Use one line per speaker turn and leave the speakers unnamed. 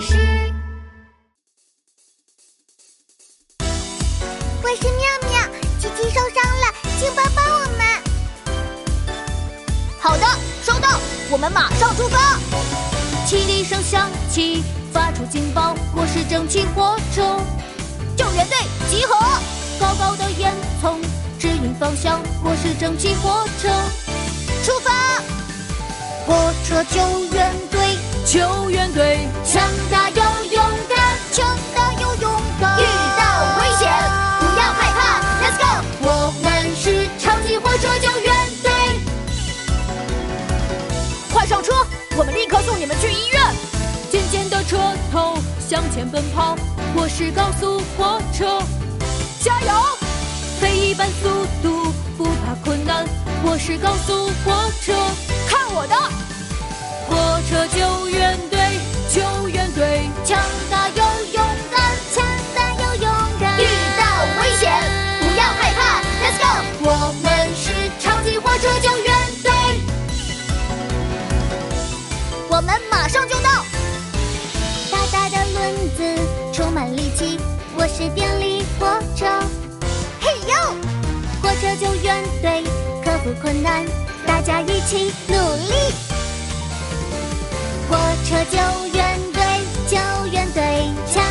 师，
我是妙妙，琪琪受伤了，请帮帮我们。
好的，收到，我们马上出发。汽笛声响起，发出警报，我是蒸汽火车。救援队集合！高高的烟囱指引方向，我是蒸汽火车。出发！火车救援队，救援队，强大又勇敢，强大又勇敢。
遇到危险不要害怕，Let's go！
我们是超级火车救援队，快上车，我们立刻送你们去医院。尖尖的车头向前奔跑，我是高速火车，加油！飞一般速度，不怕困难，我是高速火车，看我的！火车救援队，救援队，强大又勇敢，强大又勇敢。
遇到危险不要害怕，Let's go！
我们是超级火车救援队，我们马上就到。
大大的轮子充满力气，我是电力火车。嘿呦，火车救援队克服困难，大家一起努力。火车救援队，救援队强